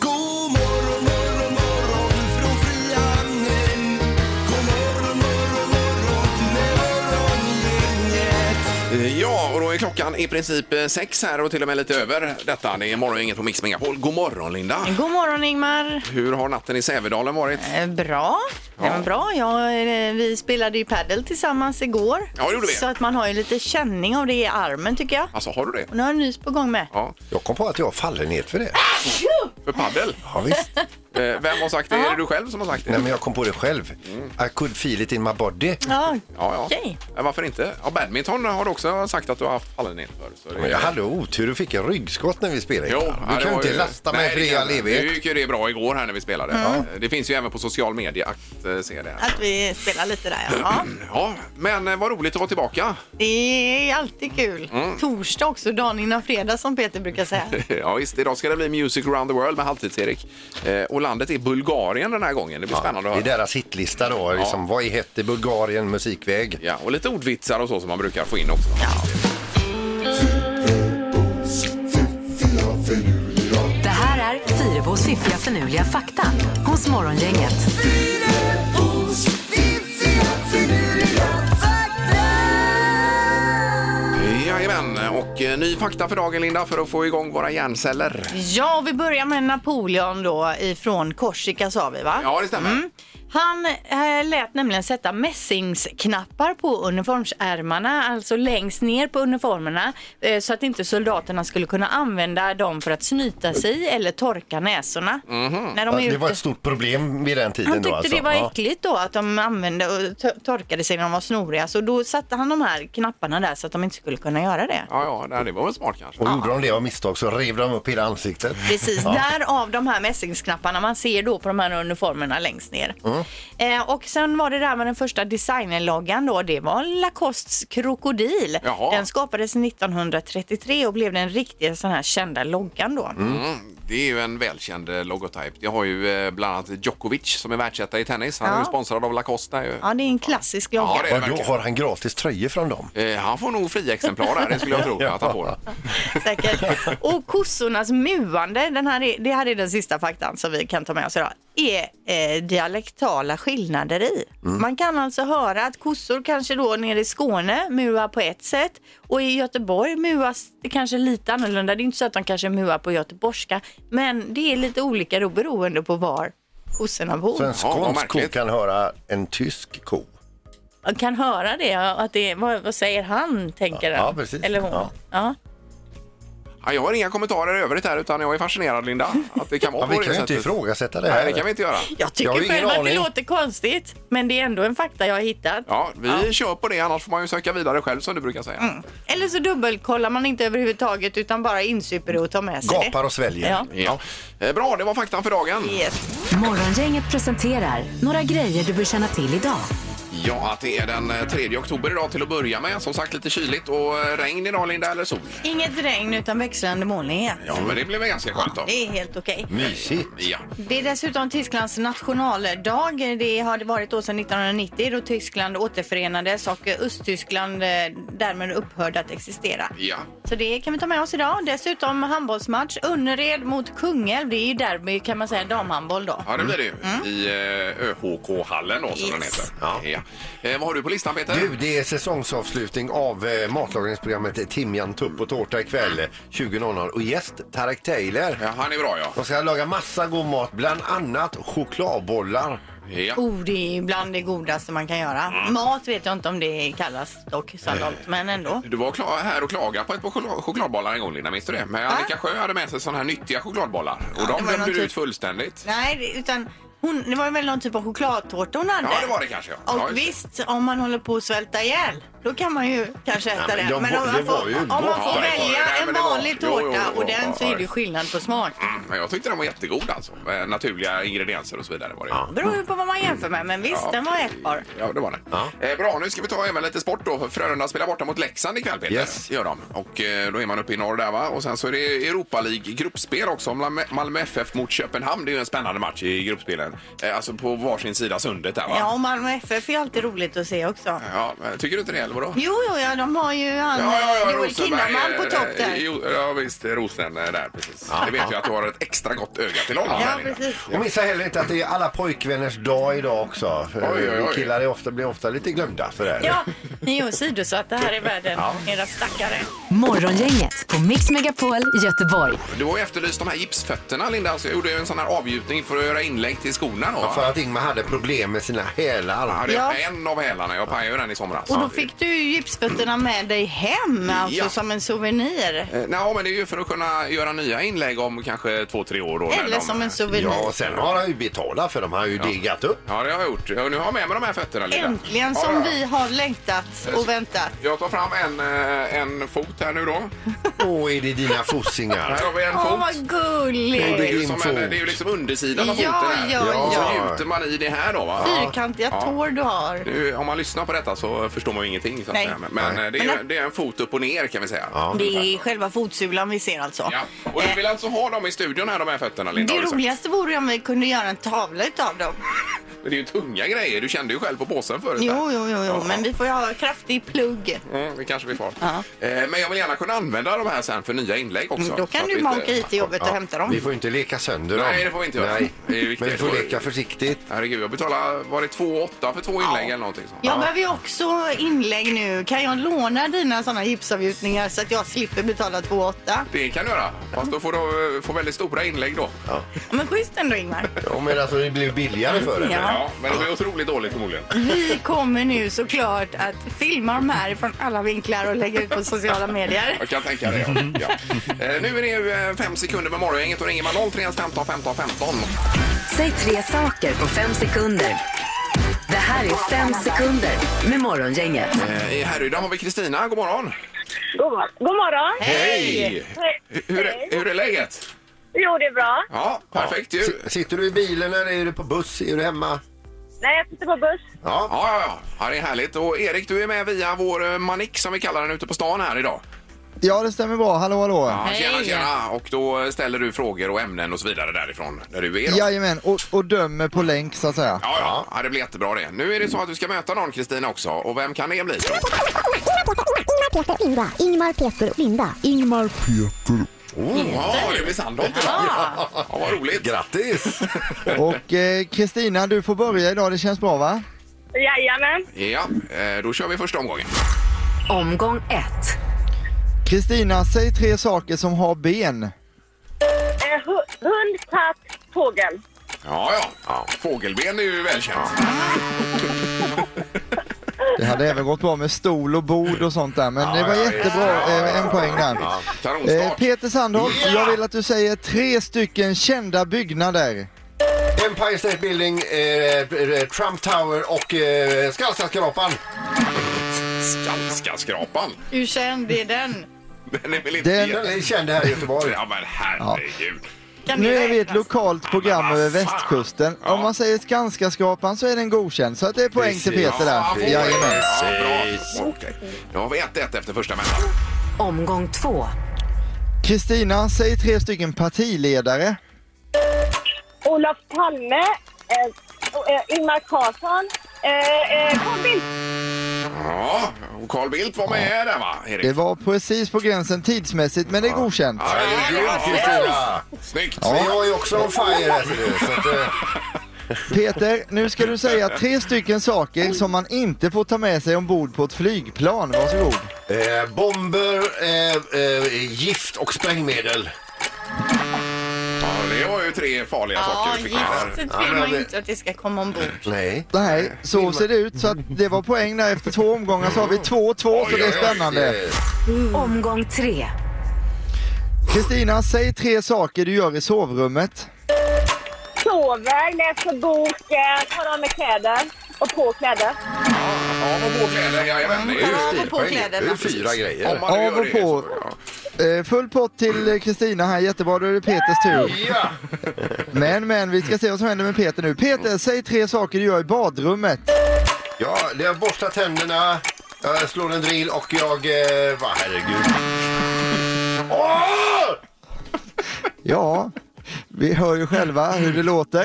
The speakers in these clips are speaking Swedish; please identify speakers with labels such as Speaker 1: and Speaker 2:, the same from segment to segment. Speaker 1: God morgon morgon morgon från Frihamnen. God morgon morgon morgon morgongänget.
Speaker 2: Eh, Ja, och då är klockan i princip eh, sex här och till och med lite över detta. Det är morgon, inget på Mix Megapol. God morgon Linda!
Speaker 3: God morgon Ingmar!
Speaker 2: Hur har natten i Sävedalen varit?
Speaker 3: Eh, Bra. Ja. men bra. Ja, eh, vi spelade ju padel tillsammans igår.
Speaker 2: Ja, det gjorde vi.
Speaker 3: Så att man har ju lite känning av det i armen tycker jag.
Speaker 2: Alltså, har du det?
Speaker 3: Och nu har jag nys på gång med.
Speaker 2: Ja,
Speaker 4: Jag kom på att jag faller ner för det.
Speaker 2: för paddel.
Speaker 4: Ja, visst.
Speaker 2: Eh, Vem har sagt det? Är det du själv som har sagt det?
Speaker 4: Nej, men jag kom på det själv. I could feel it in my body.
Speaker 3: Ja,
Speaker 2: Ja, ja.
Speaker 3: Okej.
Speaker 2: Eh, Varför inte? Ja, badminton har du också sagt att du har haft fallen inför. Så det-
Speaker 4: Men jag hade otur och fick en ryggskott när vi spelade.
Speaker 2: Jo,
Speaker 4: du
Speaker 2: ja, det
Speaker 4: kan ju
Speaker 2: var
Speaker 4: inte
Speaker 2: ju-
Speaker 4: lasta mig
Speaker 2: Nej,
Speaker 4: för
Speaker 2: det
Speaker 4: det i
Speaker 2: kan
Speaker 4: all
Speaker 2: jag inte. Nu
Speaker 4: evighet.
Speaker 2: gick ju det bra igår här när vi spelade. Eh, Det finns ju även på social media att eh, se det. Här.
Speaker 3: att vi spelar lite där ja. ja.
Speaker 2: Ja, men eh, vad roligt att vara tillbaka.
Speaker 3: Det är alltid kul.
Speaker 2: Mm.
Speaker 3: Torsdag också, dagen innan fredag som Peter brukar säga.
Speaker 2: Ja, visst, idag ska det bli Music around the world med Halvtids-Erik. Eh, och landet är Bulgarien den här gången. Det blir spännande att
Speaker 4: Det är
Speaker 2: höra.
Speaker 4: deras hitlista då. Liksom, Vad är hett i Bulgarien musikväg?
Speaker 2: Ja, och lite ordvitsar och så som man brukar få in också.
Speaker 5: Det här är Fyrabos fiffiga förnuliga fakta hos Morgongänget.
Speaker 1: Fyrabos fiffiga finurliga fakta.
Speaker 2: Jajamän, och eh, ny fakta för dagen Linda för att få igång våra hjärnceller.
Speaker 3: Ja, och vi börjar med Napoleon då ifrån Korsika sa vi va? Mm.
Speaker 2: Ja, det stämmer.
Speaker 3: Han eh, lät nämligen sätta mässingsknappar på uniformsärmarna, alltså längst ner på uniformerna, eh, så att inte soldaterna skulle kunna använda dem för att snyta sig eller torka näsorna.
Speaker 2: Mhm.
Speaker 3: När de
Speaker 4: Ja,
Speaker 3: är
Speaker 4: Det var
Speaker 3: ute.
Speaker 4: ett stort problem vid den tiden
Speaker 3: Han tyckte
Speaker 4: då alltså.
Speaker 3: det var
Speaker 4: Ja.
Speaker 3: äckligt då att de använde och to- torkade sig när de var snoriga, så då satte han de här knapparna där så att de inte skulle kunna göra det.
Speaker 2: Ja, ja, nej, det var väl smart kanske.
Speaker 4: Och gjorde de det av misstag så rev de upp hela ansiktet.
Speaker 3: Precis, därav de här mässingsknapparna man ser då på de här uniformerna längst ner.
Speaker 2: Mm.
Speaker 3: Eh, och sen var det där med den första designerloggan då, det var Lacostes krokodil.
Speaker 2: Jaha.
Speaker 3: Den skapades 1933 och blev den riktiga sån här kända loggan då.
Speaker 2: Mm, det är ju en välkänd eh, logotyp. Det har ju eh, bland annat Djokovic som är världsetta i tennis. Han är
Speaker 3: Ja.
Speaker 2: ju sponsrad av Lacoste. där Ju.
Speaker 3: Ja, det är en klassisk
Speaker 2: Ja,
Speaker 3: logga.
Speaker 2: det är
Speaker 4: Och
Speaker 2: det
Speaker 4: då
Speaker 2: verkligen.
Speaker 4: har han gratis tröjor från dem.
Speaker 2: Eh, han får nog fria exemplar där, det skulle jag tro att han får.
Speaker 3: Säkert. Och kossornas muande, den här är, det här är den sista faktan som vi kan ta med oss idag, är eh, dialektala skillnader i.
Speaker 4: Mm.
Speaker 3: Man kan alltså höra att kossor kanske då nere i Skåne muar på ett sätt och i Göteborg muas det kanske lite annorlunda. Det är inte så att de kanske muar på göteborgska, men det är lite olika då beroende på var kossorna
Speaker 4: Så
Speaker 3: bor.
Speaker 4: en
Speaker 2: Ja, vad
Speaker 4: skånsk ko
Speaker 2: märkligt.
Speaker 4: kan höra en tysk ko.
Speaker 3: Man kan höra det, att det är, vad, vad säger han, tänker
Speaker 4: Ja,
Speaker 3: han.
Speaker 4: ja, precis.
Speaker 3: Eller hon.
Speaker 4: Ja.
Speaker 3: Ja.
Speaker 2: Ja, jag har inga kommentarer i övrigt här utan jag är fascinerad Linda. Att det kan vara
Speaker 4: Ja, vi
Speaker 2: på
Speaker 4: kan
Speaker 2: det
Speaker 4: ju inte
Speaker 2: sättet.
Speaker 4: ifrågasätta det
Speaker 2: Nej,
Speaker 4: här.
Speaker 2: det kan vi inte göra.
Speaker 3: Jag
Speaker 4: Jag
Speaker 3: tycker
Speaker 4: har ju
Speaker 3: själv
Speaker 4: ingen
Speaker 3: att det
Speaker 4: aning.
Speaker 3: låter konstigt, men det är ändå en fakta jag har hittat.
Speaker 2: Ja, vi kör på det, annars får man ju söka vidare själv som du brukar säga.
Speaker 3: Eller så dubbelkollar man inte överhuvudtaget utan bara insuper det och tar med sig
Speaker 4: Gapar och
Speaker 3: det.
Speaker 4: sväljer.
Speaker 3: Ja.
Speaker 2: Ja. Eh, Bra, det var faktan för dagen.
Speaker 3: Yes.
Speaker 5: Morgongänget presenterar några grejer du bör känna till idag.
Speaker 2: Ja, att det är den eh, 3 oktober idag till att börja med. Som sagt lite kyligt och eh, regn idag Linda, eller sol?
Speaker 3: Inget regn utan växlande molnighet.
Speaker 2: Ja, men det blev väl ganska skönt då.
Speaker 3: Det är helt okej.
Speaker 4: Mysigt.
Speaker 2: Ja.
Speaker 3: Det är dessutom Tysklands nationaldag. Det har det varit då sedan 1990 då Tyskland återförenades och Östtyskland eh, därmed upphörde att existera.
Speaker 2: Ja.
Speaker 3: Så det kan vi ta med oss idag. Dessutom handbollsmatch. Önnered mot Kungälv. Det är ju derby kan man säga, damhandboll då.
Speaker 2: ja, det blir det ju. I eh, ÖHK-hallen då, som den
Speaker 3: Mm. Yes.
Speaker 2: heter. Ja. Eh, vad har du på listan Peter?
Speaker 4: Du, det är säsongsavslutning av eh, matlagningsprogrammet Timjan, tupp och tårta ikväll eh, 20.00 och gäst Tarek Taylor.
Speaker 2: Ja, han är bra ja.
Speaker 4: De ska laga massa god mat, bland annat chokladbollar.
Speaker 2: ja. Mm.
Speaker 3: Oh, det är ibland det godaste man kan göra. Mat vet jag inte om det kallas dock sannolikt, men ändå.
Speaker 2: Du var kla- här och klagade på ett par choklad- chokladbollar en gång Linda, minns du det? Men Annika Sjö hade med sig sådana här nyttiga chokladbollar och
Speaker 3: det
Speaker 2: de
Speaker 3: var någon
Speaker 2: lämnade
Speaker 3: typ-
Speaker 2: ut fullständigt.
Speaker 3: Nej, det- utan hon, det var väl någon typ av chokladtårta hon hade?
Speaker 2: Ja, det var det kanske, ja.
Speaker 3: Och
Speaker 2: Ja, just det.
Speaker 3: visst, om man håller på att svälta ihjäl, Då kan man ju kanske äta
Speaker 4: men
Speaker 3: den.
Speaker 4: de
Speaker 3: Men
Speaker 4: var-
Speaker 3: om
Speaker 4: det
Speaker 3: man
Speaker 4: var ju
Speaker 3: får, om man
Speaker 2: gott.
Speaker 3: får
Speaker 2: Ja, det var-
Speaker 3: välja en
Speaker 2: nej, men det Mm. var-
Speaker 3: vanlig
Speaker 2: jo, jo,
Speaker 3: tårta
Speaker 2: jo,
Speaker 3: och den så
Speaker 2: ja,
Speaker 3: är det ju skillnad på smak.
Speaker 2: Men jag tyckte den var jättegod alltså. Med naturliga ingredienser och så vidare var det. Ja.
Speaker 3: Beror ju på vad man jämför med, men visst, den var ätbar.
Speaker 2: Ja, det var det. Eh, bra, nu ska vi ta även lite sport då. Frölunda spelar borta mot Leksand ikväll, Peter.
Speaker 4: Yes.
Speaker 2: Gör de. Och eh, då är man uppe i norr där, va? Och sen så är det Europa League gruppspel också. Malmö, Malmö FF mot Köpenhamn. Det är ju en spännande match i gruppspelen. Eh, alltså på varsin sida sundet där, va?
Speaker 3: Ja, och Malmö FF är alltid roligt att se också.
Speaker 2: Ja, men tycker du inte det, eller vadå?
Speaker 3: Jo, jo, ja, de har ju han eh, Joel
Speaker 2: Rosenberg,
Speaker 3: Kinnaman på
Speaker 2: eh,
Speaker 3: topp där.
Speaker 2: Jo, ja, visst. Rosen eh, där, precis. Det vet ju att du har ett extra gott öga till honom.
Speaker 3: Ja,
Speaker 2: här inne.
Speaker 3: precis.
Speaker 4: Och missa heller inte att det är alla pojkvänners dag idag också. För
Speaker 2: Oj, oj, oj.
Speaker 4: Killar är ofta, blir ofta lite glömda för det. här.
Speaker 3: Ja, ni är åsidosatta här i världen, era stackare.
Speaker 5: Morgongänget på Mix Megapol Göteborg.
Speaker 2: Du har ju efterlyst de här gipsfötterna, Linda. Så jag gjorde ju en sån här avgjutning för att göra inlägg till skorna. Då.
Speaker 4: För att Ingmar hade problem med sina
Speaker 2: Ja,
Speaker 4: hälar.
Speaker 2: det är
Speaker 3: Ja.
Speaker 2: en av hälarna. Jag pajade ju den i somras.
Speaker 3: Och då fick du ju gipsfötterna med dig hem, alltså
Speaker 2: Ja.
Speaker 3: som en souvenir.
Speaker 2: Eh, Nej, men det är ju för att kunna göra nya inlägg om kanske två, tre år. Då, när
Speaker 3: Eller
Speaker 2: de-
Speaker 3: som en souvenir.
Speaker 4: Ja, och sen har han ju betalat för de har ju diggat upp.
Speaker 2: Ja, det har jag gjort. Ja, Nu har jag med mig de här fötterna, Linda.
Speaker 3: Äntligen
Speaker 2: Ja,
Speaker 3: som
Speaker 2: ja.
Speaker 3: vi har längtat och väntat.
Speaker 2: Jag tar fram en, eh, en fot här nu då.
Speaker 4: Åh, är det dina fossingar?
Speaker 2: Här har vi en
Speaker 3: Åh,
Speaker 2: fot.
Speaker 3: vad
Speaker 2: Och det, är
Speaker 3: gulligt!
Speaker 2: ju som en,
Speaker 4: fot.
Speaker 2: det är ju liksom undersidan av
Speaker 3: Ja,
Speaker 2: foten här.
Speaker 3: ja,
Speaker 2: Och så
Speaker 4: ja.
Speaker 2: gjuter man i det här då va?
Speaker 3: Fyrkantiga
Speaker 2: Ja.
Speaker 3: tår du har.
Speaker 2: Nu, om man lyssnar på detta så förstår man ju ingenting. Så att
Speaker 3: Nej.
Speaker 2: säga. Men, men eh, det, är, ju- det är en fot upp och ner kan vi säga. Ja.
Speaker 3: Det är själva fotsulan vi ser alltså.
Speaker 2: Och du
Speaker 3: Eh,
Speaker 2: vill alltså ha dem i studion här, de här fötterna Linda?
Speaker 3: det
Speaker 2: har du sagt.
Speaker 3: roligaste vore ju om vi kunde göra en tavla utav dem.
Speaker 2: Men det är ju tunga grejer. Du kände ju själv på påsen förut. där.
Speaker 3: Jo, jo,
Speaker 2: Ja.
Speaker 3: jo, jo. men vi får ju ha kraftig plugg.
Speaker 2: Mm, det kanske vi får.
Speaker 3: Ja. Mm,
Speaker 2: Eh, men jag vill gärna kunna använda de här sen för nya inlägg också.
Speaker 3: Då
Speaker 2: Så att
Speaker 3: kan du
Speaker 2: vi
Speaker 3: man
Speaker 2: inte-
Speaker 3: åka hit till jobbet och hämta
Speaker 4: Vi
Speaker 3: dem.
Speaker 4: får ju inte leka sönder dem.
Speaker 2: Nej, det får vi inte göra.
Speaker 4: Nej.
Speaker 2: Det är viktigt.
Speaker 4: Men vi får leka försiktigt.
Speaker 2: Herregud, jag betalade, var det 2,8 för två inlägg eller någonting sånt?
Speaker 3: Jag behöver ju också inlägg nu. Kan jag låna dina sådana gipsavgjutningar så att jag slipper betala 2,8?
Speaker 2: Det kan du göra. Fast då får du eh, få väldigt stora inlägg då.
Speaker 3: Men schysst ändå Ingmar.
Speaker 4: Och medan alltså, det blir billigare för det.
Speaker 3: Ja.
Speaker 2: Ja, men det blir otroligt dåligt förmodligen.
Speaker 3: Vi kommer nu såklart att filma de här från alla vinklar och lägga ut på sociala medier.
Speaker 2: Jag kan tänka det. Ja. Ja. Eh, nu är det ju eh, fem sekunder med morgongänget och ringer man 031 15 15 15.
Speaker 5: Säg tre saker på fem sekunder. Det här är fem sekunder med Morgongänget.
Speaker 2: Eh, I Härryda har vi Kristina. God morgon!
Speaker 6: God, mor- God morgon!
Speaker 2: Hej! Hur, hur, är- hur är läget?
Speaker 6: Jo, det är bra.
Speaker 2: Ja, perfekt ju.
Speaker 4: S- Sitter du i bilen eller är du på buss? Är du hemma?
Speaker 6: Nej, jag sitter på buss.
Speaker 4: Ja.
Speaker 2: Ja, ja, ja. ja, det är härligt. Och Erik, du är med via vår eh, manik som vi kallar den ute på stan här idag.
Speaker 7: Ja, det stämmer bra. Hallå, hallå.
Speaker 2: Ja, tjena,
Speaker 3: Hej.
Speaker 2: tjena! Och då ställer du frågor och ämnen och så vidare därifrån, där du är då. Ja,
Speaker 7: Jajamän, och, och dömer på länk så att säga.
Speaker 2: ja. ja, det blir jättebra det. Nu är det så att du ska möta någon, Kristina, också. Och vem kan det bli?
Speaker 8: Ingmar, Peter och Linda. Ingmar,
Speaker 2: Oh, Ja, det blir Sandholt idag! Ja, vad roligt!
Speaker 4: Grattis!
Speaker 7: Och eh, Kristina, du får börja idag. Det känns bra va?
Speaker 6: Jajamän.
Speaker 2: Ja, eh, då kör vi första omgången.
Speaker 5: Omgång ett.
Speaker 7: Kristina, säg tre saker som har ben.
Speaker 6: Eh, hu- hund, katt, fågel.
Speaker 2: Ja, ja. Fågelben är ju välkänt.
Speaker 7: Det hade även gått bra med stol och bord och sånt där, men det var
Speaker 2: ja,
Speaker 7: jättebra.
Speaker 2: ja, ja,
Speaker 7: eh, en poäng där. Eh,
Speaker 2: Kanonstart.
Speaker 7: Peter Sandholt, jag vill att du säger tre stycken kända byggnader.
Speaker 4: Empire State Building, eh, eh, Trump Tower och eh, Skallstadskrapan.
Speaker 2: Skanskan-skrapan.
Speaker 3: Hur känd är den?
Speaker 2: Den är väl inte
Speaker 7: Den-
Speaker 4: Den
Speaker 2: jätte...
Speaker 4: är känd här i Göteborg.
Speaker 2: Ja, men herregud.
Speaker 3: Kan
Speaker 7: Nu
Speaker 3: det
Speaker 7: är vi ett
Speaker 3: räknas?
Speaker 7: lokalt program
Speaker 2: vad
Speaker 7: över
Speaker 2: fan.
Speaker 7: västkusten.
Speaker 2: Ja.
Speaker 7: Om man säger Skanska-skrapan så är den godkänd, så att det är poäng till
Speaker 4: Precis.
Speaker 7: Peter där.
Speaker 2: Ja, fågel.
Speaker 7: Jajamän.
Speaker 2: Ja, bra. Okej. Då har vi 1-1 efter första vändan.
Speaker 5: Omgång två.
Speaker 7: Kristina, säg tre stycken partiledare.
Speaker 6: Olof Palme, eh, och, eh, Ingmar Carlsson, eh, eh, Carl Bildt.
Speaker 2: Ja, och Carl Bildt var med där va, Erik?
Speaker 7: Det var precis på gränsen tidsmässigt, men det är godkänt.
Speaker 2: Ja, det är
Speaker 4: Grymt, Kristina!
Speaker 2: Snyggt!
Speaker 4: Vi har ju också on fire här ser du. Så att, eh,
Speaker 7: Peter, nu ska du säga tre stycken saker som man inte får ta med sig ombord på ett flygplan. Varsågod.
Speaker 4: Eh, bomber, eh, eh, gift och sprängmedel.
Speaker 2: Ja, det var ju tre farliga
Speaker 3: Ja,
Speaker 2: saker du fick med
Speaker 3: giftet
Speaker 2: där.
Speaker 3: vill
Speaker 4: men
Speaker 3: man ju
Speaker 4: det-
Speaker 3: inte att det ska komma ombord.
Speaker 4: Nej.
Speaker 7: Nej, så ser det ut. Så att det var poäng där. Efter två omgångar så har vi 2-2, så det är spännande.
Speaker 4: Eh,
Speaker 5: Omgång tre.
Speaker 7: Kristina, säg tre saker du gör i sovrummet.
Speaker 6: Sover, läser bok, eh, tar av mig kläder och på kläder.
Speaker 2: Av och på kläder, jajamän. Det är ju
Speaker 3: Av och
Speaker 2: stil
Speaker 3: på
Speaker 2: poäng.
Speaker 3: kläderna.
Speaker 2: Det är ju fyra grejer. Om man nu
Speaker 7: Av
Speaker 2: gör
Speaker 7: och
Speaker 2: det.
Speaker 7: på. Eh, Full pott till eh, Kristina här, jättebra. Då är det Peters tur.
Speaker 2: Ja.
Speaker 7: Men, men, vi ska se vad som händer med Peter nu. Peter, säg tre saker du gör i badrummet.
Speaker 4: Ja, jag borstar tänderna, jag slår en drill och jag... Eh, vad herregud. Åh!
Speaker 7: Ja, vi hör ju själva hur det låter.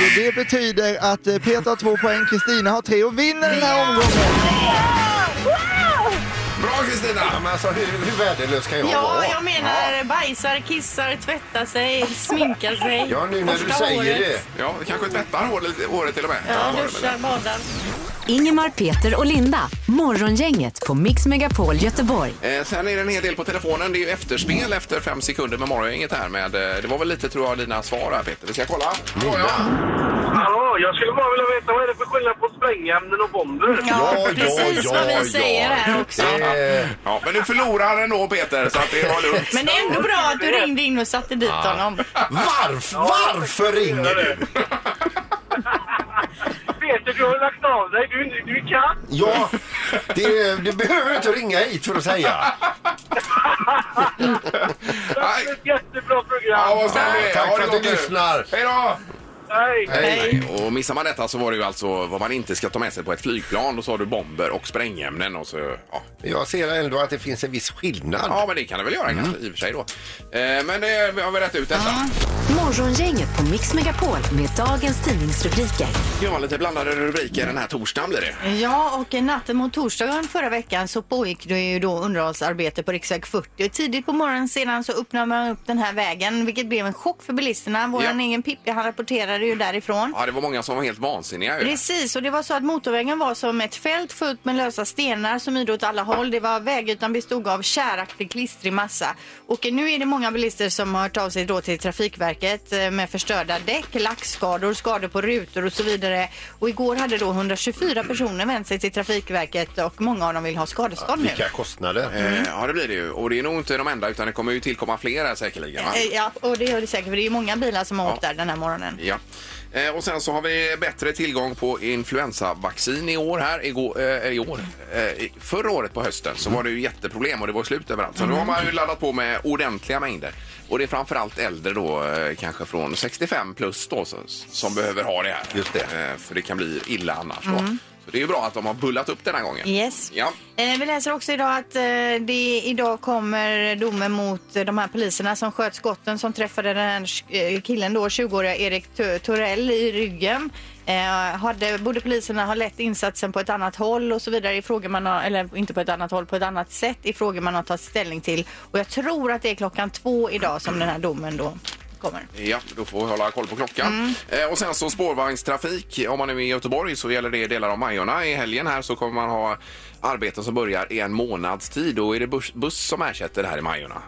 Speaker 7: Och det betyder att eh, Peter har två poäng, Kristina har tre och vinner den här omgången.
Speaker 2: Bra Kristina!
Speaker 4: Ja, men alltså, hur, hur värdelös kan jag
Speaker 3: Ja,
Speaker 4: vara?
Speaker 3: jag menar bajsar, kissar, tvättar sig, sminkar sig.
Speaker 4: Ja, nu när du
Speaker 3: borstar
Speaker 4: säger
Speaker 3: håret.
Speaker 4: det.
Speaker 2: Ja, kanske tvättar håret, håret till och med.
Speaker 3: Ja, duschar, badar.
Speaker 5: Ingemar, Peter och Linda. Morgongänget på Mix Megapol Göteborg.
Speaker 2: Eh, sen är det en hel del på telefonen. Det är ju efterspel efter fem sekunder med morgongänget här med... eh, Det var väl lite, tror jag, dina svar här Peter. Vi ska kolla.
Speaker 7: Mm.
Speaker 2: Ja, ja.
Speaker 9: Hallå, jag skulle bara vilja veta vad är det för skillnad på sprängämnen och bomber?
Speaker 2: Ja,
Speaker 3: precis vad vi säger här också.
Speaker 2: Ja, men du förlorar ändå Peter, så att det var lugnt.
Speaker 3: Men det är ändå bra att du ringde in och satte dit honom.
Speaker 4: Varför, varför ringer du?
Speaker 9: Peter, du har lagt av dig. Du, du kan.
Speaker 4: Ja, det, det behöver du inte ringa hit för att säga.
Speaker 9: Tack för ett jättebra program.
Speaker 2: Ja, vad snäll du är.
Speaker 4: tack
Speaker 2: Ha
Speaker 4: för
Speaker 2: det
Speaker 4: att du
Speaker 2: gott nu.
Speaker 4: lyssnar.
Speaker 2: Hej då!
Speaker 9: Hej.
Speaker 2: Och missar man detta så var det ju alltså vad man inte ska ta med sig på ett flygplan. Då sa du bomber och sprängämnen och så... Ja,
Speaker 4: Jag ser ändå att det finns en viss skillnad.
Speaker 2: ja men det kan det väl göra kanske i och för sig då. Eh, men eh, vi har väl rätt ut detta.
Speaker 5: Morgongänget på Mix Megapol med dagens tidningsrubriker.
Speaker 2: Ja, lite blandade rubriker den här torsdagen blir det.
Speaker 3: Ja, och natten mot torsdagen förra veckan så pågick det ju då underhållsarbete på riksväg 40. Tidigt på morgonen sedan så öppnade man upp den här vägen, vilket blev en chock för bilisterna. Vår
Speaker 2: Ja.
Speaker 3: egen Pippi, han rapporterade ju därifrån.
Speaker 2: Ja, det var många som var helt vansinniga ju.
Speaker 3: Precis, och det var så att motorvägen var som ett fält fullt med lösa stenar som yrde åt alla håll. Det var vägytan bestod av käraktig klistrig massa. Och nu är det många bilister som har hört av sig då till Trafikverket eh, med förstörda däck, lackskador, skador på rutor och så vidare. Och igår hade då 124 personer vänt sig till Trafikverket och många av dem vill ha skadestånd nu.
Speaker 4: Vilka kostnader.
Speaker 2: Eh, ja, det blir det ju. Och det är nog inte de enda utan det kommer ju tillkomma fler här säkerligen. Va?
Speaker 3: Eh, Ja, och det gör det säkert för det är ju många bilar som har åkt där den här morgonen.
Speaker 2: Ja. Eh, Och sen så har vi bättre tillgång på influensavaccin i år här. Igår, eh, i år. Eh, i- förra året på hösten så var det ju jätteproblem och det var slut överallt. Så nu har man ju laddat på med ordentliga mängder. Och det är framförallt äldre då, eh, kanske från 65 plus då, så, som behöver ha det här. Just det. Eh, för det kan bli illa annars då.
Speaker 3: Mm.
Speaker 2: Så det är ju bra att de har bullat upp den här gången.
Speaker 3: Yes.
Speaker 2: Ja.
Speaker 3: Eh, Vi läser också idag att eh, det idag kommer domen mot eh, de här poliserna som sköt skotten som träffade den här sk- eh, killen då, 20-åriga Erik Tu- Torell i ryggen. Eh, hade, borde poliserna ha lett insatsen på ett annat håll och så vidare i frågor man har, eller inte på ett annat håll, på ett annat sätt i frågor man har tagit ställning till. Och jag tror att det är klockan två idag som den här domen då kommer.
Speaker 2: Ja, då får vi hålla koll på klockan. Eh, och sen så spårvagnstrafik. Om man är i Göteborg så gäller det i delar av Majorna. I helgen här så kommer man ha arbeten som börjar i en månads tid. Då är det buss, buss som ersätter det här i Majorna.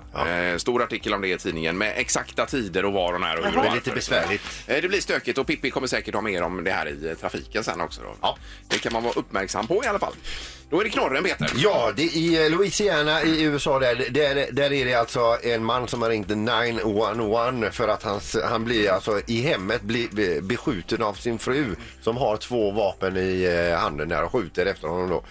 Speaker 2: Eh, stor artikel om det i tidningen med exakta tider och var och när och hur
Speaker 4: Jaha.
Speaker 2: och
Speaker 4: Det är lite
Speaker 2: varför.
Speaker 4: besvärligt.
Speaker 2: Eh, det blir stökigt och Pippi kommer säkert ha mer om det här i eh, trafiken sen också. Då. Det kan man vara uppmärksam på i alla fall. Då är det knorren, Peter.
Speaker 4: Ja, det är i eh, Louisiana i USA där, där, där är det alltså en man som har ringt 911 för att hans, han blir alltså i hemmet blir be- beskjuten av sin fru som har två vapen i eh, handen där och skjuter efter honom då.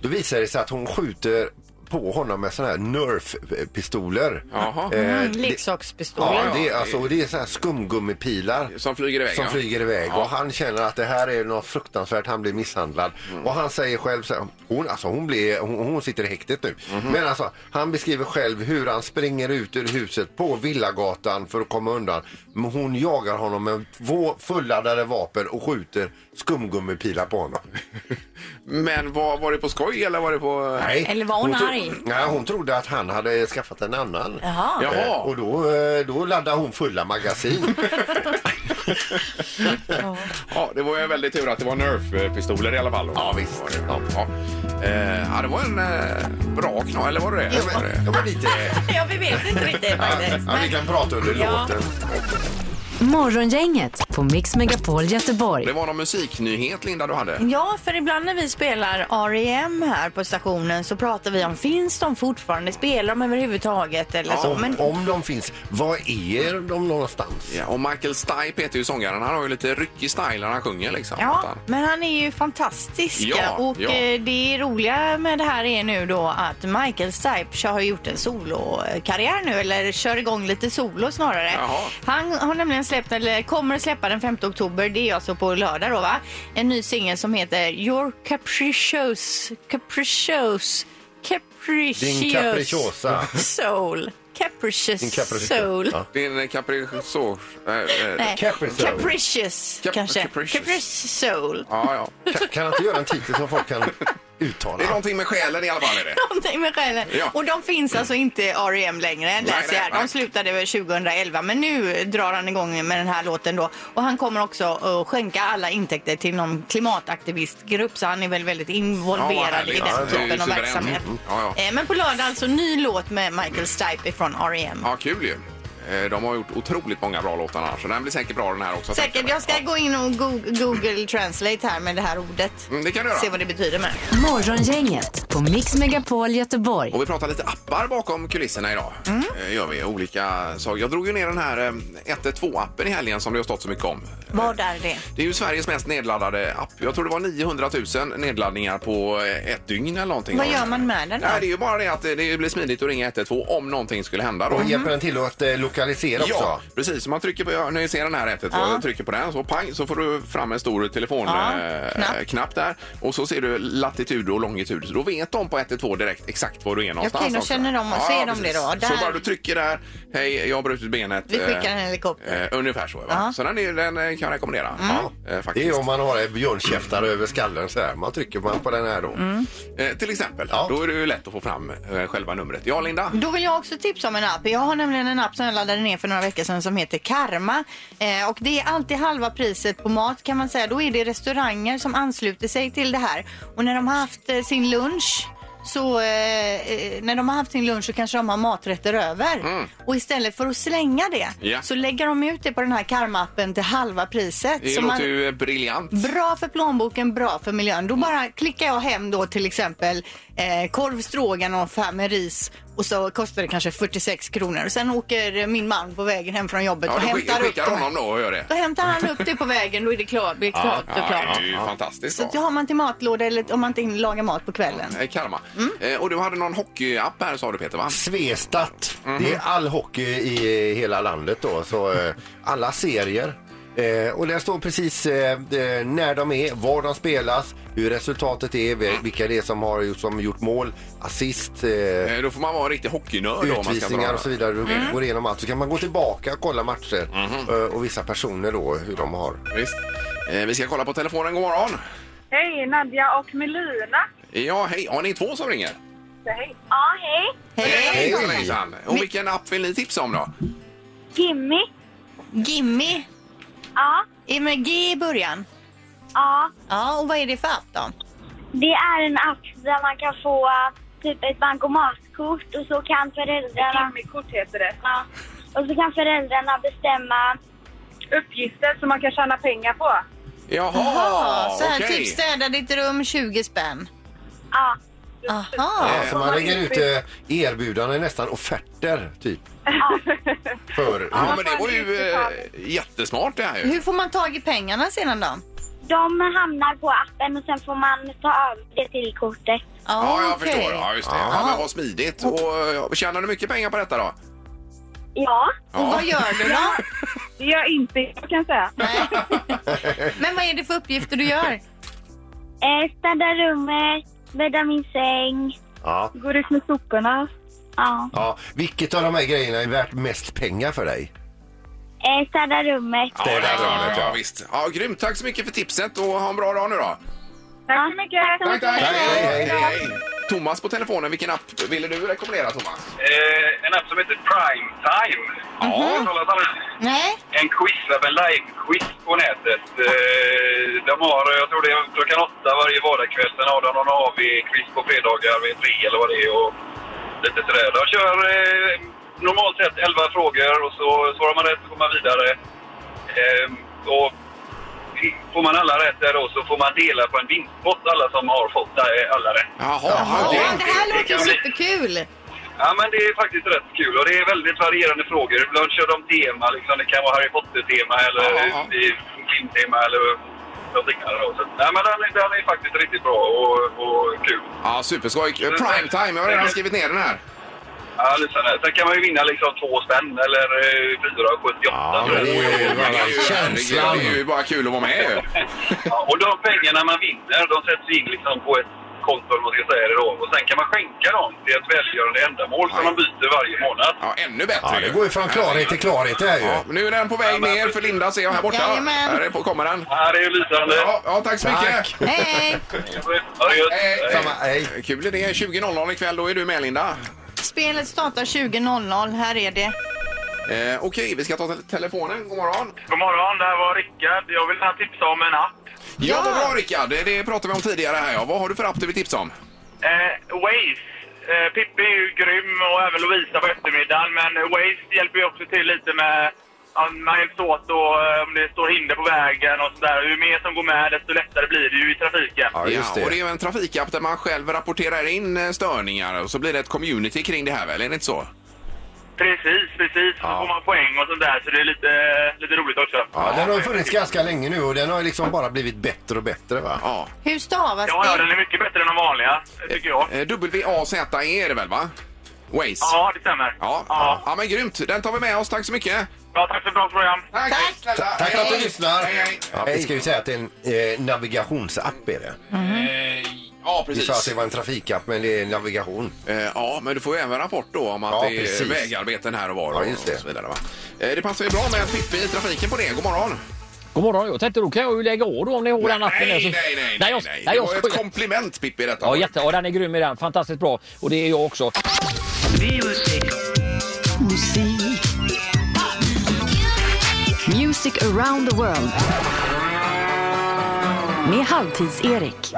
Speaker 4: Då visar det sig att hon skjuter på honom med sådana här Nerf-pistoler. Eh,
Speaker 3: Mm,
Speaker 4: det-
Speaker 3: leksakspistoler.
Speaker 4: Ja, det är, alltså, och det är så här skumgummipilar
Speaker 2: som flyger iväg.
Speaker 4: Som
Speaker 2: ja.
Speaker 4: flyger iväg. Och han känner att det här är något fruktansvärt. Han blir misshandlad.
Speaker 2: Mm.
Speaker 4: Och han säger själv så här, hon, alltså, hon, blir, hon, hon sitter i häktet nu.
Speaker 2: Mhm.
Speaker 4: Men alltså, han beskriver själv hur han springer ut ur huset på Villagatan för att komma undan. Men hon jagar honom med två fulladdade vapen och skjuter skumgummipilar på honom.
Speaker 2: Men var, var det på skoj eller var det på...
Speaker 4: Nej.
Speaker 3: Eller var hon
Speaker 4: tro-
Speaker 3: arg?
Speaker 4: Nej, hon trodde att han hade skaffat en annan.
Speaker 3: Jaha.
Speaker 2: Jaha.
Speaker 4: Eh, Och då, eh, då laddade hon fulla magasin.
Speaker 2: Ja, det var ju en väldigt tur att det var Nerf-pistoler i alla fall. Ja, visst. Ja. Ja. Eh, ja, det var en eh, bra knorr, eller var det det? Var det?
Speaker 4: Jag var lite...
Speaker 3: Ja, vi vet inte riktigt faktiskt.
Speaker 4: Ja, vi kan prata under
Speaker 3: Ja.
Speaker 4: låten.
Speaker 5: Morgongänget på Mix Megapol Göteborg.
Speaker 2: Det var någon musiknyhet Linda du hade.
Speaker 3: Ja, för ibland när vi spelar R.E.M. här på stationen så pratar vi om finns de fortfarande, spelar de överhuvudtaget eller så. Men
Speaker 4: om, om de finns, var är de någonstans?
Speaker 2: Ja, och Michael Stipe heter ju sångaren. Han har ju lite ryckig style när han sjunger liksom. Att
Speaker 3: Ja,
Speaker 2: han-
Speaker 3: men han är ju fantastisk.
Speaker 2: Ja,
Speaker 3: och
Speaker 2: ja.
Speaker 3: eh, det roliga med det här är nu då att Michael Stipe har gjort en solokarriär nu, eller kör igång lite solo snarare. Han har nämligen släppt, eller kommer att släppa den 5 oktober, det är alltså på lördag då va, en ny singel som heter Your Capricious, Capricious, Capricious
Speaker 4: Din capricciosa.
Speaker 3: Soul. Capricious,
Speaker 2: Din capricious-
Speaker 3: Soul.
Speaker 2: Ja. Din eh, capricious... Äh,
Speaker 3: Nej,
Speaker 2: äh,
Speaker 3: capricious kanske.
Speaker 2: capricious.
Speaker 3: Capricious Soul.
Speaker 2: Ja, ja.
Speaker 4: Kan, kan han inte göra en titel som folk kan uttala?
Speaker 2: Det är någonting med själen i alla fall. Är det.
Speaker 3: Någonting med själen.
Speaker 2: Ja.
Speaker 3: Och de finns alltså inte i R.E.M. längre, läser
Speaker 2: nej,
Speaker 3: jag här.
Speaker 2: nej.
Speaker 3: De slutade väl 2011, men nu drar han igång med den här låten då. Och han kommer också att skänka alla intäkter till någon klimataktivistgrupp, så han är väl väldigt involverad i
Speaker 2: härligt.
Speaker 3: den
Speaker 2: Ja, det är ju
Speaker 3: typen av
Speaker 2: suveränt.
Speaker 3: verksamhet.
Speaker 2: Mm, ja, ja.
Speaker 3: Eh, Men på lördag alltså ny låt med Michael Stipe från E R.E.M.
Speaker 2: Ja, kul ju. Eh, De har gjort otroligt många bra låtar annars. Så den blir säkert bra den här också. tänker
Speaker 3: Säkert, jag ska gå in och go- Google Translate här med det här ordet.
Speaker 2: Mm, det kan du göra.
Speaker 3: Se vad det betyder med.
Speaker 5: Morgongänget på Mix Megapol Göteborg.
Speaker 2: Och vi pratar lite appar bakom kulisserna idag.
Speaker 3: Mm.
Speaker 2: Eh, Gör vi olika saker. Jag drog ju ner den här eh, 112-appen i helgen som det har stått så mycket om.
Speaker 3: Vad är det?
Speaker 2: Det är ju Sveriges mest nedladdade app. Jag tror det var 900 000 nedladdningar på eh, ett dygn eller någonting.
Speaker 3: Vad gör man med den då?
Speaker 2: Nej, det är ju bara det att eh, det blir smidigt att ringa 112 om någonting skulle hända. Då.
Speaker 4: Och hjälper den till att eh, lokalisera
Speaker 2: Ja,
Speaker 4: också?
Speaker 2: precis. Så Man trycker på, ja, när ni ser den här 112,
Speaker 4: Ja.
Speaker 2: trycker på den så pang så får du fram en stor
Speaker 4: Ja,
Speaker 2: telefonknapp eh,
Speaker 4: knapp.
Speaker 2: knapp där och så ser du latitud och longitud. Så då vet de på 112 direkt exakt var du är någonstans.
Speaker 3: då
Speaker 2: också.
Speaker 3: känner de och så är de
Speaker 2: precis.
Speaker 3: det då. Där-
Speaker 2: Så bara du trycker där, hej jag har brutit benet.
Speaker 3: Vi skickar en
Speaker 2: eh,
Speaker 3: helikopter.
Speaker 2: Eh, ungefär så. Va?
Speaker 3: Ja. Mm.
Speaker 2: Så den, är, den eh, kan jag rekommendera. Ja, eh,
Speaker 4: Det
Speaker 2: faktiskt.
Speaker 4: är om man har en björnkäftare över skallen så här. Man trycker man på den här då.
Speaker 2: Eh, till exempel. Då är det ju lätt att få fram eh, själva numret. Ja, Linda?
Speaker 3: Då vill jag också tipsa om en app. Jag har nämligen en app som jag laddade ner för några veckor sedan som heter Karma. Eh, och det är alltid halva priset på mat kan man säga. Då är det restauranger som ansluter sig till det här. Och när de har haft eh, sin lunch så eh, eh, när de har haft sin lunch så kanske de har maträtter över. Och istället för att slänga det
Speaker 2: Mm. Ja.
Speaker 3: så lägger de ut det på den här Karma-appen till halva priset.
Speaker 2: Det
Speaker 3: Så
Speaker 2: låter
Speaker 3: man-
Speaker 2: ju eh, briljant.
Speaker 3: Bra för plånboken, bra för miljön. Då bara klickar jag hem då till exempel eh, korv stroganoff här med ris och så kostar det kanske 46 kronor. Och sen åker eh, min man på vägen hem från jobbet
Speaker 2: Ja,
Speaker 3: och
Speaker 2: du skick-
Speaker 3: hämtar upp
Speaker 2: skickar
Speaker 3: de här.
Speaker 2: honom då och gör det.
Speaker 3: Då hämtar han upp det på vägen, då är det klart. Det är klart,
Speaker 2: ja,
Speaker 3: och klart.
Speaker 2: det är ju fantastiskt.
Speaker 3: Så
Speaker 2: bra.
Speaker 3: att har man till matlåda eller om man inte hinner laga mat på kvällen.
Speaker 2: Eh, Karma. Eh, Och du hade någon hockeyapp här sa du Peter va?
Speaker 4: Svestat.
Speaker 2: Mhm.
Speaker 4: Det är all hockey i eh, hela landet då, så eh, alla serier. Eh, och där står precis eh, eh, när de är, var de spelas, hur resultatet är, vil- vilka det är som har gjort, som gjort mål, assist, eh,
Speaker 2: Eh, Då får man vara en riktig hockeynörd då, om man ska
Speaker 4: utvisningar
Speaker 2: dra
Speaker 4: och så vidare. Du
Speaker 2: Mm. Mhm.
Speaker 4: går igenom allt. Så kan man gå tillbaka och kolla matcher eh, och vissa personer då, hur de har.
Speaker 2: Visst. Eh, Vi ska kolla på telefonen. God morgon!
Speaker 10: Hej, Nadja och Melina.
Speaker 2: Ja, hej. Har ni två som ringer?
Speaker 10: Hej. Ja, hej.
Speaker 2: Hejsan, hejsan. Och vilken app vill ni tipsa om då?
Speaker 10: Jimmy.
Speaker 3: Gimmi?
Speaker 10: Ja.
Speaker 3: Är med G i början?
Speaker 10: Ja.
Speaker 3: Ja, och vad är det för app då?
Speaker 10: Det är en app där man kan få eh, typ ett bankomatkort och så kan föräldrarna... Jimmykort heter det. Ja. Och så kan föräldrarna bestämma... Uppgifter som man kan tjäna pengar på.
Speaker 2: Jaha,
Speaker 3: Jaha, så här
Speaker 2: okej.
Speaker 3: typ städa ditt rum 20 spänn.
Speaker 10: Ja.
Speaker 3: Aha.
Speaker 4: Ja, så man lägger ut eh, erbjudanden, nästan offerter, typ. För,
Speaker 2: Ja, men det var ju eh, jättesmart det här ju.
Speaker 3: Hur får man tag i pengarna sedan då?
Speaker 10: De hamnar på appen och sen får man ta över det till kortet.
Speaker 2: Ja, jag förstår. Ja, just det. Ja, men vad smidigt. Och eh, tjänar du mycket pengar på detta då?
Speaker 10: Ja.
Speaker 2: Ja. vad
Speaker 3: gör du då?
Speaker 10: Det gör inte jag kan jag säga.
Speaker 3: Men vad är det för uppgifter du gör?
Speaker 10: Eh, städa rummet, bädda min säng,
Speaker 4: Ja.
Speaker 10: går ut med soporna. Ja.
Speaker 4: Ja, vilket av de här grejerna är värt mest pengar för dig?
Speaker 10: Eh, städa rummet.
Speaker 2: Ja, det tror jag. Ja, visst. Ja, grymt. Tack så mycket för tipset och ha en bra dag nu då.
Speaker 10: Tack så mycket.
Speaker 2: Tack, tack. Hej, hej. Thomas på telefonen, vilken app ville du rekommendera Thomas?
Speaker 9: Eh, en app som heter Prime Time. Har du talat om den?
Speaker 3: Nej.
Speaker 9: En quiz, en live-quiz på nätet. Eh, de har, jag tror det är klockan åtta varje vardagskväll. Sen har de någon AV-quiz på fredagar vid tre eller vad det är. Och lite sådär. De kör eh, normalt sett elva frågor och så svarar man rätt så går man vidare. Ehm, och får man alla rätt där då så får man dela på en vinstpott, alla som har fått eh, alla rätt.
Speaker 3: Ja,
Speaker 9: Det-
Speaker 3: det här låter ju
Speaker 9: kan bli-
Speaker 3: superkul!
Speaker 9: Ja, men det är faktiskt rätt kul och det är väldigt varierande frågor. Ibland kör de tema, liksom. det kan vara Harry Potter-tema eller eh, filmtema eller något liknande. då. Så, nej, men den, är- den är faktiskt riktigt bra och, och kul.
Speaker 2: Ja, superskoj. Eh, Prime time, jag har redan skrivit ner den här.
Speaker 9: Ja, lyssna nu. Sen kan man ju vinna liksom två spänn eller eh, 4,78. Ja,
Speaker 2: det är ju- Känslan. Det är ju bara kul att vara med ju.
Speaker 9: Ja, och de pengarna man vinner, de sätts in liksom på ett konto, eller vad man ska säga det då. Och sen kan man skänka dem till ett välgörande ändamål som man byter varje månad.
Speaker 2: Ja, ännu bättre
Speaker 4: Ja, det går ju från klarhet till klarhet det här ju.
Speaker 2: Ja, nu är den på väg ner för Linda ser jag här borta.
Speaker 4: Jajamän.
Speaker 2: Här är på, kommer den.
Speaker 9: Här är lysande.
Speaker 2: Ja, ja, tack så
Speaker 4: Tack.
Speaker 2: mycket.
Speaker 3: Hej!
Speaker 2: Samma, hej. Kul idé. 20.00 ikväll, då är du med Linda.
Speaker 3: Spelet startar 20.00. Här är det.
Speaker 2: Eh, Okej, vi ska ta te- telefonen. God morgon.
Speaker 9: God morgon, det här var Rickard. Jag vill ha tipsa om en app.
Speaker 2: Ja, vad bra Rickard. Det, det pratade vi om tidigare här. Ja. Vad har du för app du vill tipsa om?
Speaker 9: Eh, Waze. Eh, Pippi är ju grym och även Lovisa på eftermiddagen. Men Waze hjälper ju också till lite med... ja, Man hjälps åt och, eh, om det står hinder på vägen och sådär. Ju mer som går med desto lättare blir det ju i trafiken.
Speaker 2: och det är ju en trafikapp där man själv rapporterar in eh, störningar och så blir det ett community kring det här väl? Är det inte så?
Speaker 9: Precis, precis. Så får man poäng och sånt där så det är lite, lite roligt också.
Speaker 4: Ja, den har ju funnits ganska länge nu och den har ju liksom bara blivit bättre och bättre va?
Speaker 2: Ja.
Speaker 3: Hur stavas
Speaker 9: Ja, ja,
Speaker 3: det?
Speaker 9: den är mycket bättre än de vanliga, tycker jag.
Speaker 2: Eh, W-A-Z-E E är det väl va? Waze?
Speaker 9: Ja, det stämmer.
Speaker 2: Ja. Ja. men grymt. Den tar vi med oss. Tack så mycket.
Speaker 9: Ja, tack för ett bra program.
Speaker 2: Tack! Snälla.
Speaker 4: Tack för att du
Speaker 2: Hej.
Speaker 4: lyssnar.
Speaker 2: Hej, hej.
Speaker 4: Ja, vi ska ju säga att det är en eh, navigationsapp är det.
Speaker 2: Eh, Ja,
Speaker 4: Vi
Speaker 2: precis.
Speaker 4: sa att det var en trafikapp men det är navigation.
Speaker 2: Eh, Ja, men du får ju även rapport då om att
Speaker 4: Ja,
Speaker 2: det är
Speaker 4: precis.
Speaker 2: vägarbeten här och var och,
Speaker 4: Ja, just det.
Speaker 2: och så vidare. Va? Eh, Det passar ju bra med att Pippi i trafiken på det. God morgon!
Speaker 11: God morgon, jag tänkte då kan jag ju lägga av då om ni har den appen. där,
Speaker 2: nej,
Speaker 11: så-
Speaker 2: nej, nej,
Speaker 11: nej,
Speaker 2: nej,
Speaker 11: jag,
Speaker 2: nej.
Speaker 11: nej,
Speaker 2: Det
Speaker 11: jag
Speaker 2: var ett
Speaker 11: skojar.
Speaker 2: kompliment Pippi detta.
Speaker 11: Ja, jätte, ja, den är grym i den. Fantastiskt bra. Och det är jag också.
Speaker 5: Musik. Music around the world. Med Halvtids-Erik.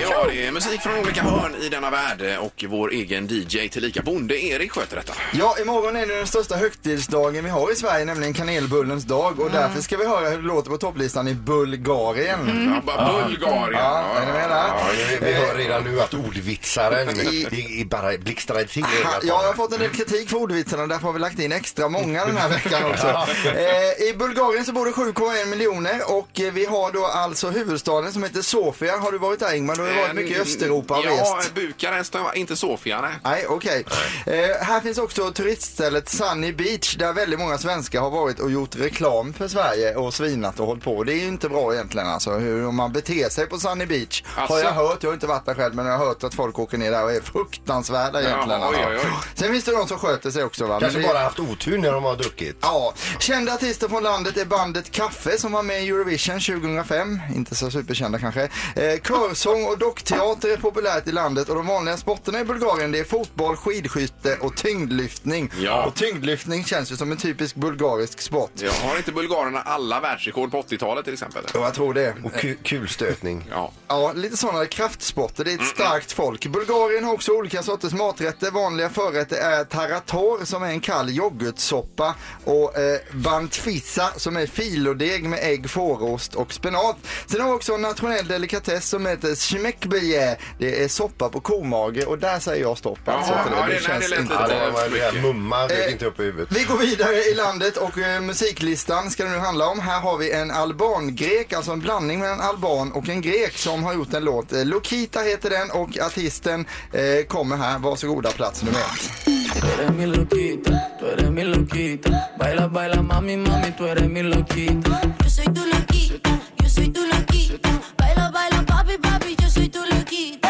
Speaker 2: Ja, det är eh, musik från olika hörn i denna värld eh, och vår egen DJ tillika bonde Erik sköter detta.
Speaker 7: Ja, imorgon är det den största högtidsdagen vi har i Sverige, nämligen kanelbullens dag. Och därför ska vi höra hur det låter på topplistan i Bulgarien.
Speaker 11: Mm.
Speaker 2: Ja, bara Bulgarien.
Speaker 7: Ja, är ni med där?
Speaker 4: Ja, vi- vi hör redan nu att ordvitsaren i, i bara blixtrar till.
Speaker 7: Ja, jag har fått en del kritik för ordvitsarna och därför har vi lagt in extra många den här veckan också.
Speaker 4: Ja.
Speaker 7: eh, I Bulgarien så bor det 7,1 miljoner och eh, vi har då alltså huvudstaden som heter Sofia. Har du varit där Ingmar? Du har ju varit mycket i Östeuropa och
Speaker 2: Ja,
Speaker 7: rest.
Speaker 2: Bukarest, var inte Sofia. Nej.
Speaker 7: Nej, okej. Eh, här finns också turiststället Sunny Beach där väldigt många svenskar har varit och gjort reklam för Sverige och svinat och hållit på. Det är ju inte bra egentligen alltså hur man beter sig på Sunny Beach.
Speaker 12: Asså?
Speaker 7: Har
Speaker 4: Alltså-
Speaker 7: jag hört, jag har inte varit där själv, men jag har hört att folk åker ner där och är fruktansvärda egentligen.
Speaker 4: Ja, oj, oj, oj.
Speaker 7: Sen finns det de som sköter sig också. Va?
Speaker 4: Kanske
Speaker 7: Men det-
Speaker 4: bara haft otur när de har druckit.
Speaker 7: Ja, kända artister från landet är bandet Kaffe som var med i Eurovision 2005. Inte så superkända kanske. Eh, körsång och dockteater är populärt i landet och de vanliga sporterna i Bulgarien det är fotboll, skidskytte och tyngdlyftning.
Speaker 2: Ja.
Speaker 7: Och tyngdlyftning känns ju som en typisk bulgarisk sport.
Speaker 2: Jag har inte bulgarerna alla världsrekord på 80-talet till exempel?
Speaker 7: Och jag tror det.
Speaker 4: Och ku- kulstötning.
Speaker 2: Ja.
Speaker 7: Ja, lite sådana kraftsporter. Det är ett starkt folk. Bulgarien har också olika sorters maträtter. Vanliga förrätter är tarator som är en kall yoghurtsoppa och eh, bantfissa som är filodeg med ägg, fårost och spenat. Sen har vi också en nationell delikatess som heter smekbeje. Det är soppa på komage och där säger jag stopp. Alltså, för
Speaker 4: ja, det-
Speaker 7: känns
Speaker 4: nej, det lät
Speaker 7: inte
Speaker 4: lite
Speaker 7: bra.
Speaker 4: Ja, det var- det där mumma dök
Speaker 7: Eh,
Speaker 4: inte upp i huvudet.
Speaker 7: Vi går vidare i landet och eh, musiklistan ska det nu handla om. Här har vi en albangrek, alltså en blandning mellan alban och en grek som har gjort en låt. Eh, Lokita heter den och artisten eh, kommer här. Varsågoda, plats nummer ett.
Speaker 13: Tú eres mi loquita, tú eres mi loquita. Baila, baila, mami, mami, tú eres mi loquita.
Speaker 14: Yo soy tu loquita, yo soy tu loquita. Baila, baila, papi, papi, yo soy tu loquita.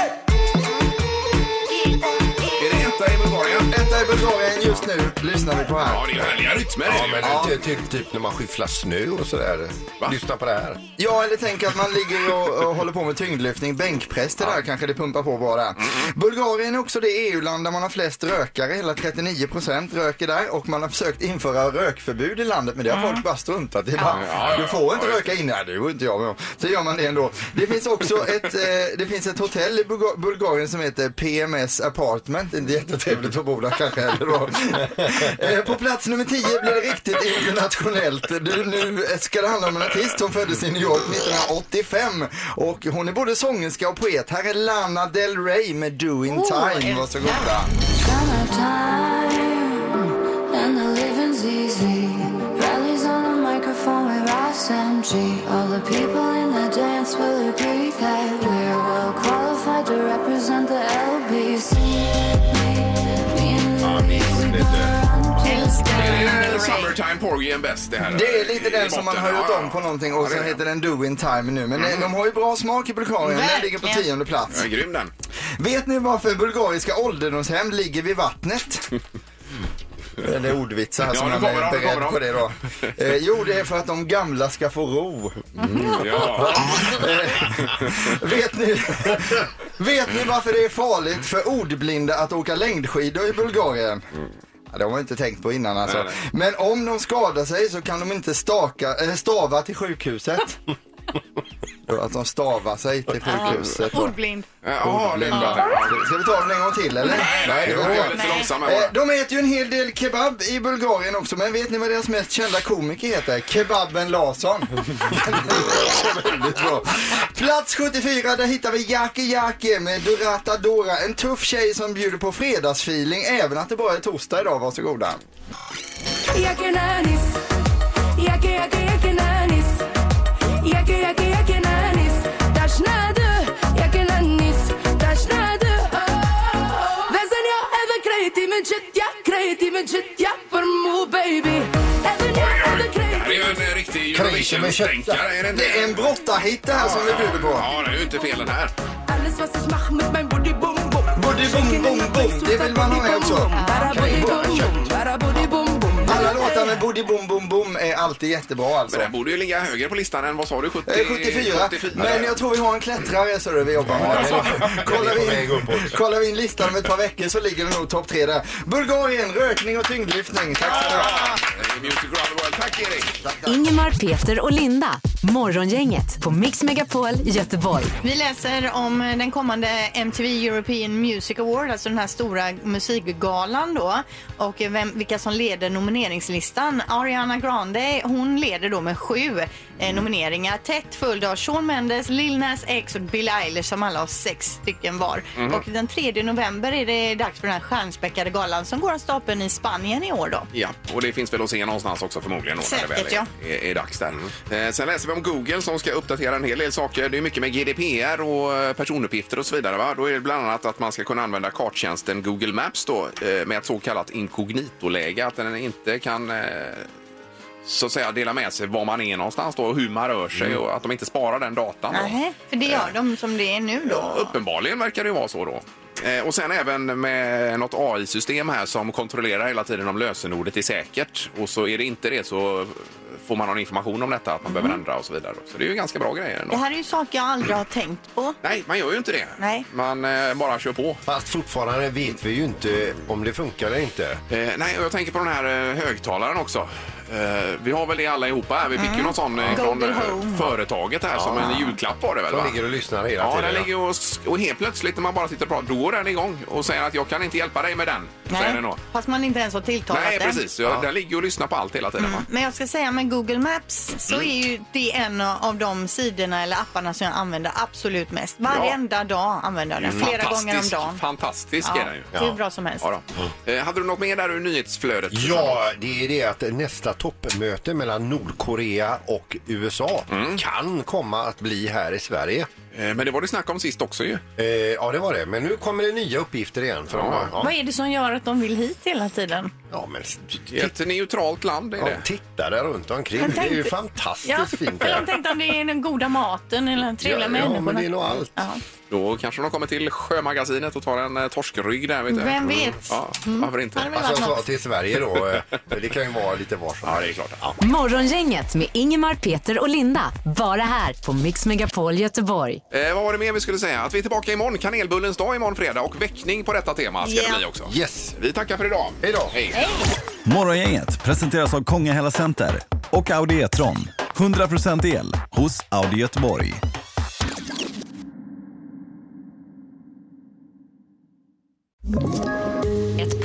Speaker 2: Är det etta i Bulgarien?
Speaker 7: Etta i Bulgarien just nu lyssnar vi på här.
Speaker 2: Ja, det är ju härliga rytmer.
Speaker 4: Ja, men
Speaker 7: Ja.
Speaker 4: ty- Typ, typ när man skyfflar snö och sådär. Lyssna på det här.
Speaker 7: Ja, eller tänk att man ligger och, och håller på med tyngdlyftning, bänkpress det där kanske det pumpar på bara.
Speaker 12: Mm,
Speaker 7: Bulgarien är också det EU-land där man har flest rökare, hela 39 procent röker där och man har försökt införa rökförbud i landet men det har folk bara struntat i. Bara,
Speaker 12: Mm. Ja, ja,
Speaker 7: Du får inte röka inne, Nej, det var inte jag med om. Så gör man det ändå. Det finns också ett, eh, det finns ett hotell i Bulga- Bulgarien som heter PMS Apartment, inte jättetrevligt att bo där kanske. kanske. Eller då. Eh, På plats nummer 10 blir det riktigt internationellt. Du, nu ska det handla om en artist som föddes i New York 1985. Och hon är både sångerska och poet. Här är Lana Del Rey med Do In
Speaker 1: Oh,
Speaker 7: Time.
Speaker 1: älskar.
Speaker 7: Varsågoda.
Speaker 14: Summertime, and the living's easy. Rallies on the microphone with Ross MG. All the people in the dance will agree that we're well qualified to represent the LBC.
Speaker 2: Är det Summertime Porgy bäst det här?
Speaker 7: Det är lite
Speaker 2: I
Speaker 7: den som man
Speaker 2: botten?
Speaker 7: har gjort
Speaker 2: Ja,
Speaker 7: om på någonting och
Speaker 2: Ja, det
Speaker 7: sen
Speaker 2: är det. Mm.
Speaker 7: heter den Do In Time nu. Men eh, de har ju bra smak i Bulgarien. Den ligger på
Speaker 2: Verkligen.
Speaker 7: tionde plats.
Speaker 2: Ja, grym den.
Speaker 7: Vet ni varför bulgariska ålderdomshem ligger vid vattnet? Det är ordvitsar här
Speaker 2: Ja,
Speaker 7: som
Speaker 2: nu
Speaker 7: man
Speaker 2: kommer
Speaker 7: är
Speaker 2: de, nu kommer
Speaker 7: beredd på
Speaker 2: de.
Speaker 7: det då. Eh, jo, det är för att de gamla ska få ro. Eh,
Speaker 2: Ja.
Speaker 7: Vet ni, vet ni varför det är farligt för ordblinda att åka längdskidor i Bulgarien?
Speaker 2: Mm.
Speaker 7: Ja, det har man inte tänkt på innan alltså.
Speaker 1: Nej,
Speaker 7: Men om de skadar sig så kan de inte staka, eh, stava till sjukhuset. Då Att de stavar sig till sjukhuset. då.
Speaker 3: Ordblind.
Speaker 2: Jaha, det är
Speaker 7: Ordblinda. Ska vi ta den en gång till eller?
Speaker 2: Nej, det var
Speaker 7: jo.
Speaker 2: jag lite långsam här
Speaker 7: Eh,
Speaker 2: bara.
Speaker 7: De äter ju en hel del kebab i Bulgarien också, men vet ni vad deras mest kända komiker heter? Kebaben Larsson. Väldigt bra. Plats 74, där hittar vi Jackie Jackie med Durata Dora. En tuff tjej som bjuder på fredagsfeeling, även att det bara är torsdag idag. Varsågoda.
Speaker 1: Jackie Nanis. Jackie, Jackie, Jackie Nanis. Jackie, Jackie, Jackie Nanis. Dašna du, Jackie Nanis. Dašna du, oh, oh. Vezan jag över krej till min jet, ja, krej till min jet, ja, för mo, baby. Även jag över krej.
Speaker 2: Det här är ju en eh, riktig
Speaker 7: Kräker med kött.
Speaker 2: Eurovision-stänkare, är det inte?
Speaker 7: Det är en brottarhit det här som vi bjuder på.
Speaker 2: Ja, det är ju inte fel den här.
Speaker 1: Alles was ich mach mit meinem Booty Boom Boom.
Speaker 7: Booty Boom Boom Boom, det vill man ha med också.
Speaker 1: Bara Booty Boom Boom, bara Booty Boom Boom.
Speaker 7: Alla låtar med Booty Boom Boom Boom är alltid jättebra alltså.
Speaker 2: Men den borde ju ligga högre på listan än, vad sa du, 70?
Speaker 7: Eh, 74. Men jag tror vi har en klättrare så det vi jobbar med. Alltså, kollar,
Speaker 4: på
Speaker 7: vi
Speaker 4: väg
Speaker 7: in,
Speaker 4: uppåt.
Speaker 7: kollar vi in listan om ett par veckor så ligger det nog topp tre där. Bulgarien, rökning och tyngdlyftning. Tack så mycket.
Speaker 2: Eh, Music Around the World. Tack Erik!
Speaker 5: Ingemar, Peter och Linda. Morgongänget på Mix Megapol Göteborg.
Speaker 3: Vi läser om eh, den kommande MTV European Music Award, alltså den här stora musikgalan då. Och vem, vilka som leder nomineringslistan. Ariana Grande, hon leder då med sju eh, nomineringar. Tätt följd av Shawn Mendes, Lil Nas X och Billie Eilish som alla har sex stycken var.
Speaker 2: Mhm.
Speaker 3: Och den 3 november är det dags för den här stjärnspäckade galan som går av stapeln i Spanien i år då.
Speaker 2: Ja, och det finns väl att se någonstans också förmodligen. då, när det
Speaker 3: Säkert,
Speaker 2: väl är, är, är dags där. Eh, sen läser vi om Google som ska uppdatera en hel del saker. Det är mycket med GDPR och eh, personuppgifter och så vidare. Va? Då är det bland annat att man ska kunna använda karttjänsten Google Maps då, eh, med ett så kallat inkognitoläge. Att den inte kan eh, så att säga dela med sig var man är någonstans då, och hur man rör sig och att de inte sparar den datan. Då.
Speaker 3: Nej, för det gör de som det är nu då.
Speaker 2: Uppenbarligen verkar det ju vara så då. Eh, Och sen även med något AI-system här som kontrollerar hela tiden om lösenordet är säkert. Och så är det inte det så får man någon information om detta, att man
Speaker 4: Mm.
Speaker 2: behöver ändra och så vidare. Så det är ju ganska bra grejer
Speaker 3: Det
Speaker 2: ändå.
Speaker 3: här är ju saker jag aldrig har tänkt på.
Speaker 2: Nej, man gör ju inte det.
Speaker 3: Nej.
Speaker 2: Man eh, bara kör på.
Speaker 4: Fast fortfarande vet vi ju inte om det funkar eller inte.
Speaker 2: Eh, nej, och jag tänker på den här eh, högtalaren också. Eh, vi har väl det alla ihop här. Vi fick ju någon sån eh,
Speaker 4: Google
Speaker 2: från eh,
Speaker 4: Mm. Home.
Speaker 2: företaget här som en julklapp var det väl?
Speaker 4: Som
Speaker 2: va?
Speaker 4: ligger och lyssnar hela
Speaker 2: Ja,
Speaker 4: tiden,
Speaker 2: den
Speaker 4: ja.
Speaker 2: ligger och, s- och helt plötsligt när man bara sitter och pratar, då går den igång och säger att jag kan inte hjälpa dig med den. Säger den då.
Speaker 3: Fast man inte ens har tilltalat
Speaker 2: Nej,
Speaker 3: den.
Speaker 2: precis. Jag, Den ligger och lyssnar på allt hela tiden. Va?
Speaker 3: Men jag ska säga med Google Maps så
Speaker 2: Mm.
Speaker 3: är ju det en av de sidorna eller apparna som jag använder absolut mest. Varenda dag använder jag den. Mm. Flera gånger om
Speaker 2: Fantastisk-
Speaker 3: dagen.
Speaker 2: Fantastisk
Speaker 3: Ja,
Speaker 2: är den ju.
Speaker 3: hur bra som helst.
Speaker 2: Ja, då. Eh, hade du något mer där ur nyhetsflödet?
Speaker 4: Ja, det är det att nästa toppmöte mellan Nordkorea och USA kan komma att bli här i Sverige.
Speaker 2: Eh,
Speaker 4: Eh,
Speaker 2: Men det var det snack om sist också ju.
Speaker 4: Ja, det var det. Men nu kommer det nya uppgifter igen. För de har,
Speaker 3: Vad är det som gör att de vill hit hela tiden?
Speaker 4: Ja, men
Speaker 2: Det är ett neutralt land är
Speaker 4: ja,
Speaker 2: det.
Speaker 4: titta där runt omkring.
Speaker 3: Jag
Speaker 4: Det är ju
Speaker 3: tänkte-
Speaker 4: fantastiskt
Speaker 3: Ja,
Speaker 4: fint.
Speaker 3: eller de
Speaker 4: Där.
Speaker 3: tänkte om det är den goda maten eller den trevliga
Speaker 4: Ja, ja,
Speaker 3: människorna.
Speaker 4: men det är nog allt.
Speaker 3: Ja.
Speaker 2: Då kanske de kommer till Sjömagasinet och tar en eh, torskrygg där. Vet du.
Speaker 3: Vem vet?
Speaker 2: Ja,
Speaker 3: Mm.
Speaker 2: Varför inte?
Speaker 3: Hade väl Alltså, varit jag sa något.
Speaker 4: till Sverige då, eh, det kan ju vara lite var som
Speaker 2: Ja, det är klart. Ja.
Speaker 5: Morgongänget med Ingemar, Peter och Linda. Bara här på Mix Megapol Göteborg.
Speaker 2: Eh, vad var det mer vi skulle säga? Att vi är tillbaka imorgon, kanelbullens dag imorgon fredag och väckning på detta tema ska
Speaker 4: Ja.
Speaker 2: det bli också.
Speaker 4: Yes.
Speaker 2: Vi tackar för idag. Hej då. Hej.
Speaker 15: Morgongänget presenteras av Kongahälla Center och Audi E-tron. 100% el hos Audi Göteborg.
Speaker 5: Ett